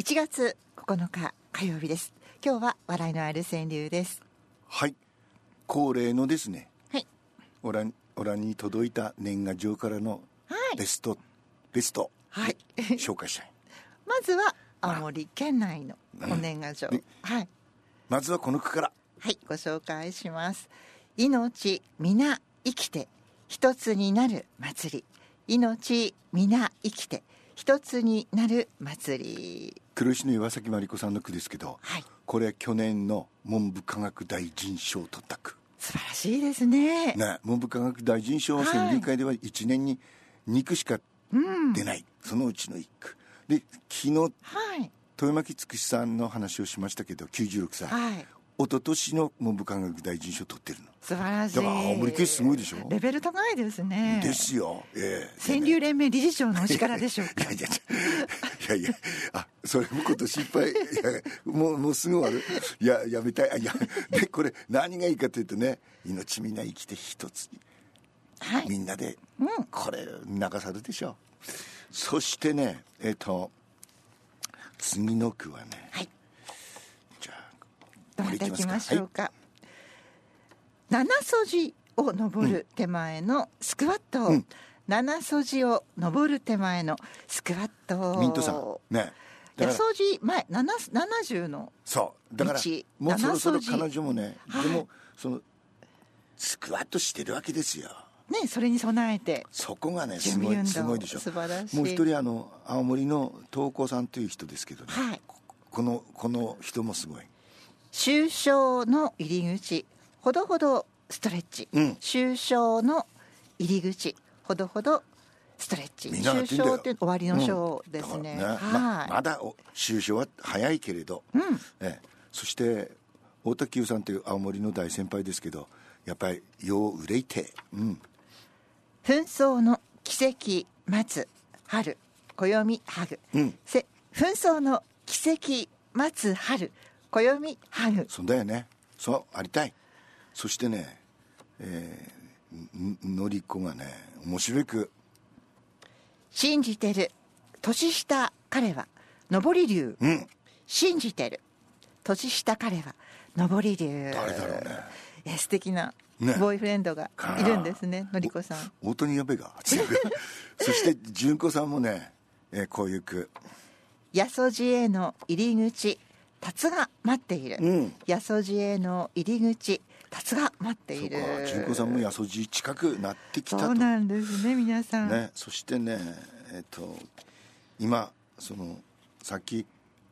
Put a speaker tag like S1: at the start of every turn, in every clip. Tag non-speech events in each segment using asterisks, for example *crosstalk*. S1: 1月9日火曜日です今日は笑いのある川柳です
S2: はい恒例のですね
S1: はい
S2: オラオラに届いた年賀状からの
S1: はい
S2: ベスト、ベスト
S1: はい
S2: 紹介したい
S1: まずは青森県内のお年賀状、
S2: うん
S1: はい
S2: まずはこの句から
S1: はい、ご紹介します。命皆生きて一つになる祭り。命皆生きて一つになる祭り。
S2: 黒石の岩崎真理子さんの句ですけど、
S1: はい
S2: これ去年の文部科学大臣賞を取った句、
S1: 素晴らしいですね。
S2: ね、文部科学大臣賞は
S1: はい
S2: 選議会では1年に2句しか出ない、そのうちの1句で昨日
S1: はい。
S2: 豊巻つくしさんの話をしましたけど96歳、
S1: はい。
S2: 一昨年の文部科学大臣賞を取ってるの、
S1: 素晴らしい。
S2: だから青森県すごいでしょ
S1: レベル高いですね。
S2: ですよええ
S1: 川柳連盟理事長のお力でしょう
S2: い
S1: か。
S2: やいやいやいやいやあそれも今年いっぱいいやもうもうすぐ終わるいややめたいあいやでこれ何がいいかというとね命みんな生きて一つに
S1: はい。
S2: *laughs* みんなで、これ流さるでしょそしてねえっ、と次の句はね
S1: はい。
S2: じゃあ
S1: ど
S2: こ
S1: う
S2: れ
S1: い
S2: いき
S1: きま
S2: ま
S1: し
S2: すか
S1: ょうか。七筋を登る手前のスクワット。七筋を登る手前のスクワット。
S2: ミントさんねだ
S1: 八
S2: か
S1: 十
S2: ら
S1: 字前七七十の
S2: そうだから
S1: 道
S2: もうそろそろ
S1: 七筋
S2: 彼女もね、
S1: はい
S2: でもそのスクワットしてるわけですよ
S1: ねそれに備えて
S2: そこが
S1: 準
S2: ねすご
S1: 備運動
S2: いすごいでしょ
S1: 素晴らしい
S2: もう一人あの青森の東光さんという人ですけどね、
S1: はい
S2: このこの人もすごい
S1: 終章の入り口ほどほどストレッチ、
S2: うん
S1: 終章の入り口ほどほどストレッチ
S2: みんなや
S1: 終
S2: ってんだ
S1: 章
S2: よ
S1: って終わりの章
S2: うん
S1: ですね,、
S2: だから
S1: は
S2: ま
S1: い、
S2: まだお終章は早いけれど、ええそして太田清さんという青森の大先輩ですけどやっぱりよう憂いて、うん、
S1: 紛争の奇跡待つ春暦ハグ、
S2: ん
S1: せ紛争の奇跡待つ春暦ハグ
S2: そうだよねそうありたいそしてねえーんんのりこがね面白いく
S1: 信じてる年下彼は上り竜、
S2: うん
S1: 信じてる年下彼は上り竜
S2: 誰だろうね
S1: え素敵な
S2: ね
S1: ボーイフレンドがいるんですねのりこさん
S2: 大谷やべが違う
S1: *laughs*
S2: そして純子さんもね、えーこういう句
S1: 八十路への入り口辰が待っている、
S2: うん
S1: 八十路への入り口辰が待って
S2: そ
S1: いう
S2: か
S1: る
S2: 純子さんも八十路近くなってきた
S1: そ
S2: と
S1: うなんですね皆さん、
S2: ね、そしてね、えっと今そのさっき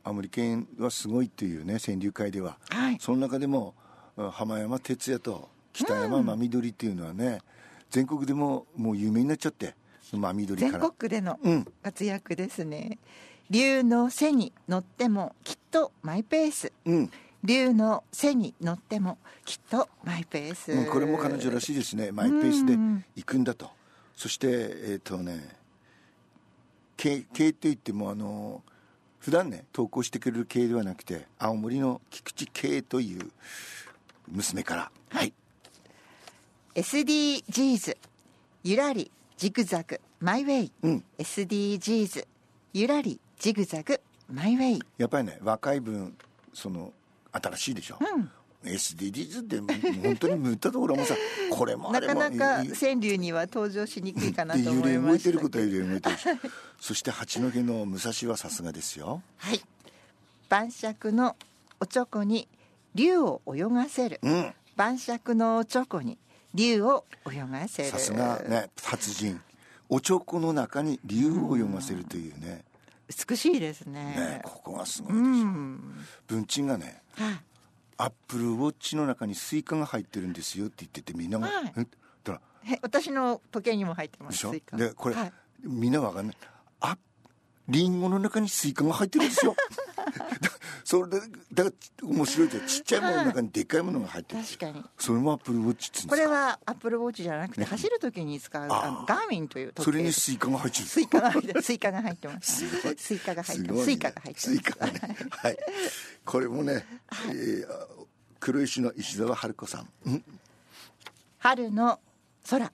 S2: 青森県はすごいっていうね川柳会では、
S1: はい
S2: その中でもあ浜山哲也と北山真緑っていうのはね、全国でももう有名になっちゃって真緑か
S1: 全
S2: ら
S1: 国での
S2: うん
S1: 活躍ですね、竜の背に乗ってもきっとマイペース
S2: うん、
S1: 竜の背に乗ってもきっとマイペース、
S2: うんこれも彼女らしいですねマイペースで行くんだと、そしてえっ、とね系系って言ってもあの普段ね投稿してくれる系ではなくて青森の菊池系という娘からはい、
S1: SDGs ゆらりジグザグマイウェイ、
S2: うん
S1: SDGs ゆらりジグザグマイウェイ
S2: やっぱりね若い分その新しいでしょ、SDGs ってもう本当に塗ったところ
S1: *laughs*
S2: もさこれもあ
S1: な
S2: れ
S1: か
S2: も
S1: なか
S2: いい
S1: 川柳には登場しにくいかなと
S2: で
S1: 思
S2: 揺れ
S1: い
S2: 動
S1: ま
S2: いて
S1: し
S2: る
S1: た
S2: ことは揺れ動いてるしそして八戸の武蔵はさすがですよ
S1: はい晩酌のおちょこに竜を泳がせる、
S2: うん
S1: 晩酌のおちょこに竜を泳がせる
S2: さすがね達人おちょこの中に竜を読ませるというね,、
S1: 美しいですね
S2: ねここがすごいでしょ、
S1: うん
S2: 文鎮がね
S1: はい
S2: 「アップルウォッチの中にスイカが入ってるんですよ」って言っててみんなが「
S1: はい
S2: えっ?」たら
S1: へ私の時計にも入ってま
S2: ですしょ
S1: スイカ
S2: でこれ、
S1: はい
S2: みんなわかんない「あリンゴの中にスイカが入ってるん
S1: *laughs*
S2: ですよ」だそれでだから面白いじゃんちっちゃいものの中にでっかいものが入ってるんですよ
S1: 確かに
S2: それもアップルウォッチっつうん
S1: こ
S2: で
S1: れ
S2: すか
S1: はアップルウォッチじゃなくて走るときに使うあのガーミンという時計
S2: それにスイカが入ってるんです
S1: スイカが入ってス *laughs* イカが入ってます
S2: *laughs* すごい
S1: スイカが入っ
S2: す
S1: て
S2: ご
S1: ます
S2: いね
S1: スイカが入ってます
S2: スイカがねはい。これもね、えーあ黒石の石澤春子さん。うん
S1: 春の空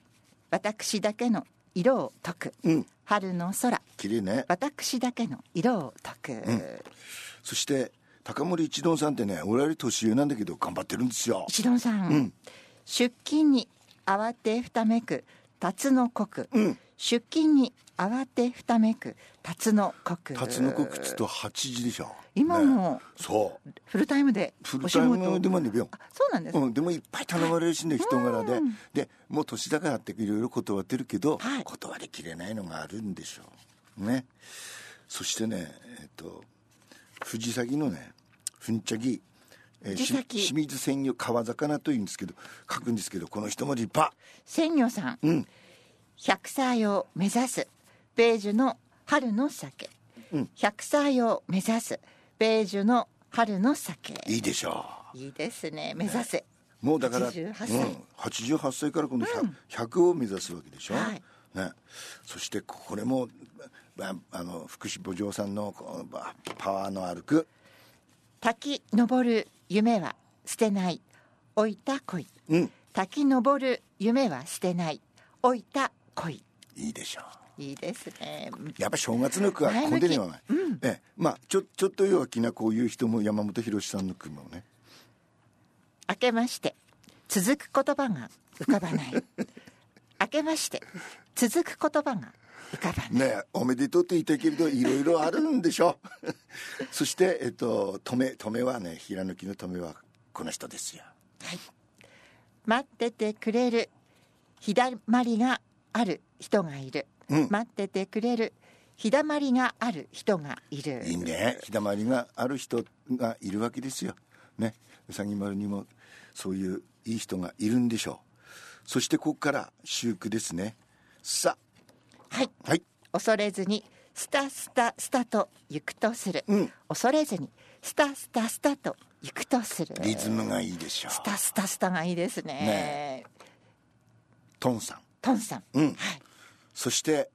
S1: 私だけの色を解く、
S2: うん
S1: 春の空
S2: 綺麗ね
S1: 私だけの色を解く、
S2: そして高森一丼さんってね俺より年上なんだけど頑張ってるんですよ
S1: 一郎さん、出勤に慌てふためく辰の刻、出勤に慌てふためく辰の刻
S2: 辰の国っつうと8時でしょ
S1: 今も
S2: そう
S1: フルタイムで
S2: フ
S1: お
S2: ル
S1: 仕
S2: タイ
S1: 事
S2: ムでもねよ
S1: あそうなんです、
S2: うん、でもいっぱい頼まれるしね人柄ででもう年だからっていろいろ断ってるけど、
S1: はい
S2: 断りきれないのがあるんでしょうねそしてねえっと藤崎のねふんちゃぎ、えーし
S1: 藤崎
S2: 清水鮮魚川魚というんですけど書くんですけどこの人も立派
S1: 鮮魚さん、
S2: うん
S1: 100歳を目指すベージュの春の酒、100歳を目指すベージュの春の酒
S2: いいでしょ
S1: いいですね目指せ、
S2: うもうだから
S1: 88歳
S2: うん、88歳からこの 100,、100を目指すわけでしょ、
S1: はい
S2: ね、そしてこれもああの福祉母嬢さんのこのあパワーのあるく
S1: 滝登る夢は捨てない置いた恋、
S2: うん
S1: 滝登る夢は捨てない置いた恋
S2: いいでしょう
S1: いいですね
S2: やっぱ正月の句は
S1: 前向き
S2: 混んでるよね、ええまあちょちょっと弱気なこういう人も山本博さんの句もね
S1: 明けまして続く言葉が浮かばない明けまして続く言葉が浮かばない
S2: ねえおめでとうって言いたいけれどいろいろあるんでしょ *laughs* そしてえっと止め止めはね平抜きの止めはこの人ですよ
S1: 待っててくれる日だまりがある人がいる、
S2: うん
S1: 待っててくれる日だまりがある人がいる
S2: いいね日だまりがある人がいるわけですよねうさぎ丸にもそういういい人がいるんでしょうそしてここから修句ですねさ
S1: はい
S2: あはい
S1: 恐れずにスタスタスタと行くとする、
S2: うん
S1: 恐れずにスタスタスタと行くとする
S2: リズムがいいでしょう
S1: スタスタスタがいいですね
S2: ねトンさん
S1: トンさん、
S2: うん
S1: はい、
S2: そして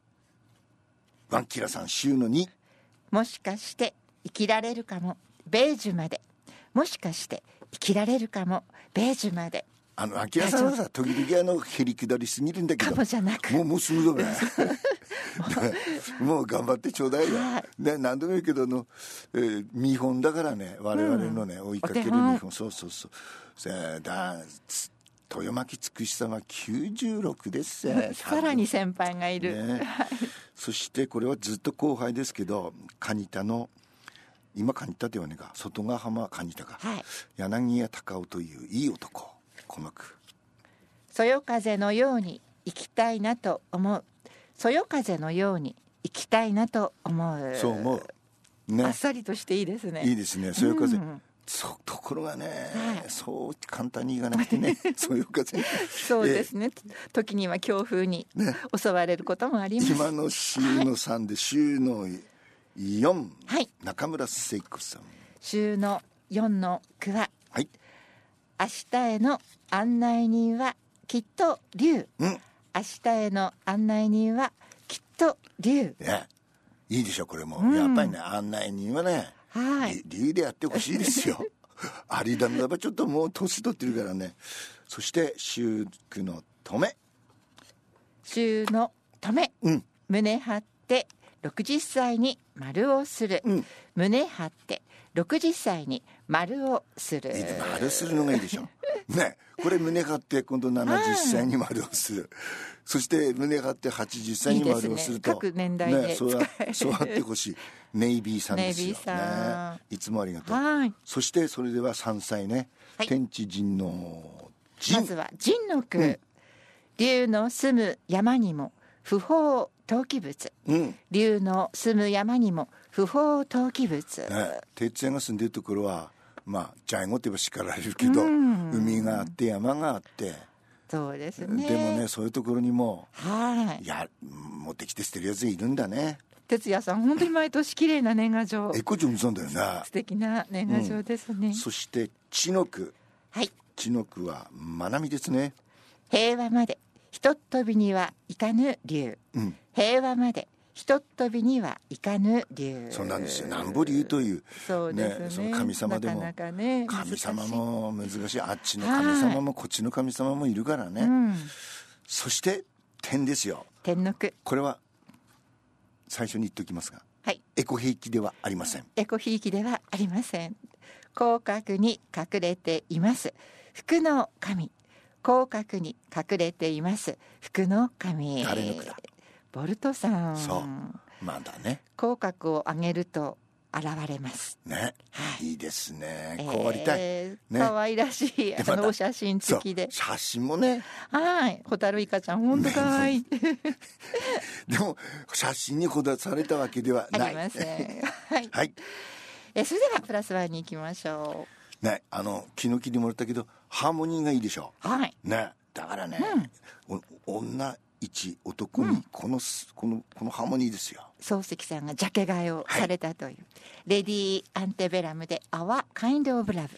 S2: ワンキラさん週の2
S1: もしかして生きられるかもベージュまでもしかして生きられるかもベージュまで
S2: あのワンキラさんはさ時々あのへりくだりすぎるんだけど
S1: かもじゃなく
S2: もうもう
S1: *laughs*
S2: すぐだね *laughs* もう頑張ってちょうだいよ、
S1: はい
S2: ね、何でもいいけどあの、えー見本だからね我々のね、追いかける見
S1: お手
S2: 本そうそうそうせーだつ豊巻つくしさま96ですよ
S1: *laughs* さらに先輩がいる、
S2: ね、そしてこれはずっと後輩ですけど蟹田の今蟹田ではねえか外ヶ浜蟹田が、
S1: はい
S2: 柳家隆夫といういい男この句
S1: そよ風のように生きたいなと思うそよ風のように生きたいなと思う
S2: そう思う
S1: あ
S2: ね
S1: っさりとしていいですね
S2: いいですねそよ風、
S1: うん
S2: そうところがね、
S1: い
S2: そう簡単にいかなくて
S1: *laughs*
S2: ねそよ風
S1: そうですね、時には強風に襲われることもあります、
S2: 今の週の3で週の4、
S1: はい
S2: 中村聖子さん
S1: 週の4の句は
S2: はい
S1: 明日への案内人はきっと龍
S2: うん
S1: 明日への案内人はきっと龍
S2: ねいいでしょこれも、やっぱりね案内人はね、
S1: はい
S2: り理由でやってほしいで
S1: *laughs*
S2: すよありだならばちょっともう年取ってるからねそして週9の止め
S1: 週のため、
S2: うん
S1: 胸張って60歳に丸をする、
S2: うん
S1: 胸張って60歳に丸をする
S2: リズムあれするのがいい
S1: *laughs*
S2: でしょねこれ胸張って今度70歳に丸をするそして胸張って80歳に丸をすると
S1: いいですね各年代で
S2: ね、そうやそうやってほしいネイビーさんですよ
S1: ネイビーさん
S2: ね、いつもありがとう、
S1: はい
S2: そしてそれでは3歳ね、
S1: はい
S2: 天地人の
S1: ま
S2: 人
S1: ずは神の句、
S2: ん
S1: 竜の住む山にも不法投棄物
S2: うん
S1: 竜の住む山にも不法投棄物、
S2: ね、鉄也が住んでるところはまあジャイゴって言えば叱られるけど、
S1: うん
S2: 海があって山があって、
S1: そうですね
S2: でもねそういうところにも
S1: はい
S2: いや持ってきて捨てるやついるんだね
S1: 哲也さん本当に毎年綺麗な年賀状
S2: エコジョンさんだよね
S1: 素敵な年賀状ですね、
S2: そして知の句
S1: はい
S2: 知の句はまなみですね
S1: 平和までひとっ飛びにはいかぬ竜、
S2: うん
S1: 平和までひとっ飛びにはいかぬ竜
S2: そうなんですよ南保竜という
S1: そうですね
S2: その神様でも
S1: なかなかね
S2: 神様も難しいあっちの神様もこっちの神様もいるからね、
S1: うん
S2: そして点ですよ
S1: 天の句
S2: これは最初に言っておきますが
S1: はい
S2: エコ兵器ではありません
S1: エコひいきではありません広角に隠れています福の神広角に隠れています福の神
S2: 誰の句だ
S1: ボルトさん
S2: そうまだね
S1: 口角を上げると現れます
S2: ね
S1: はい
S2: いいですねこうありたい、
S1: えー
S2: ね
S1: 可愛らしいあ
S2: また
S1: のお写真
S2: そう
S1: 付きで
S2: 写真もね
S1: はいホタルイカちゃん本当可
S2: *laughs*
S1: 愛い
S2: でも写真にこだわされたわけでは
S1: あ
S2: ない
S1: りませんはい
S2: はい
S1: *laughs* えそれではプラスワンに行きましょ
S2: ねあの気の利いてもらったけどハーモニーがいいでしょ
S1: うはい
S2: ねだからね、お女一男にこのす、このこのハーモニーですよ
S1: 漱石さんがジャケ買いをされたという、レディー・アンテベラムで「アワ・カインド・オブ・ラブ」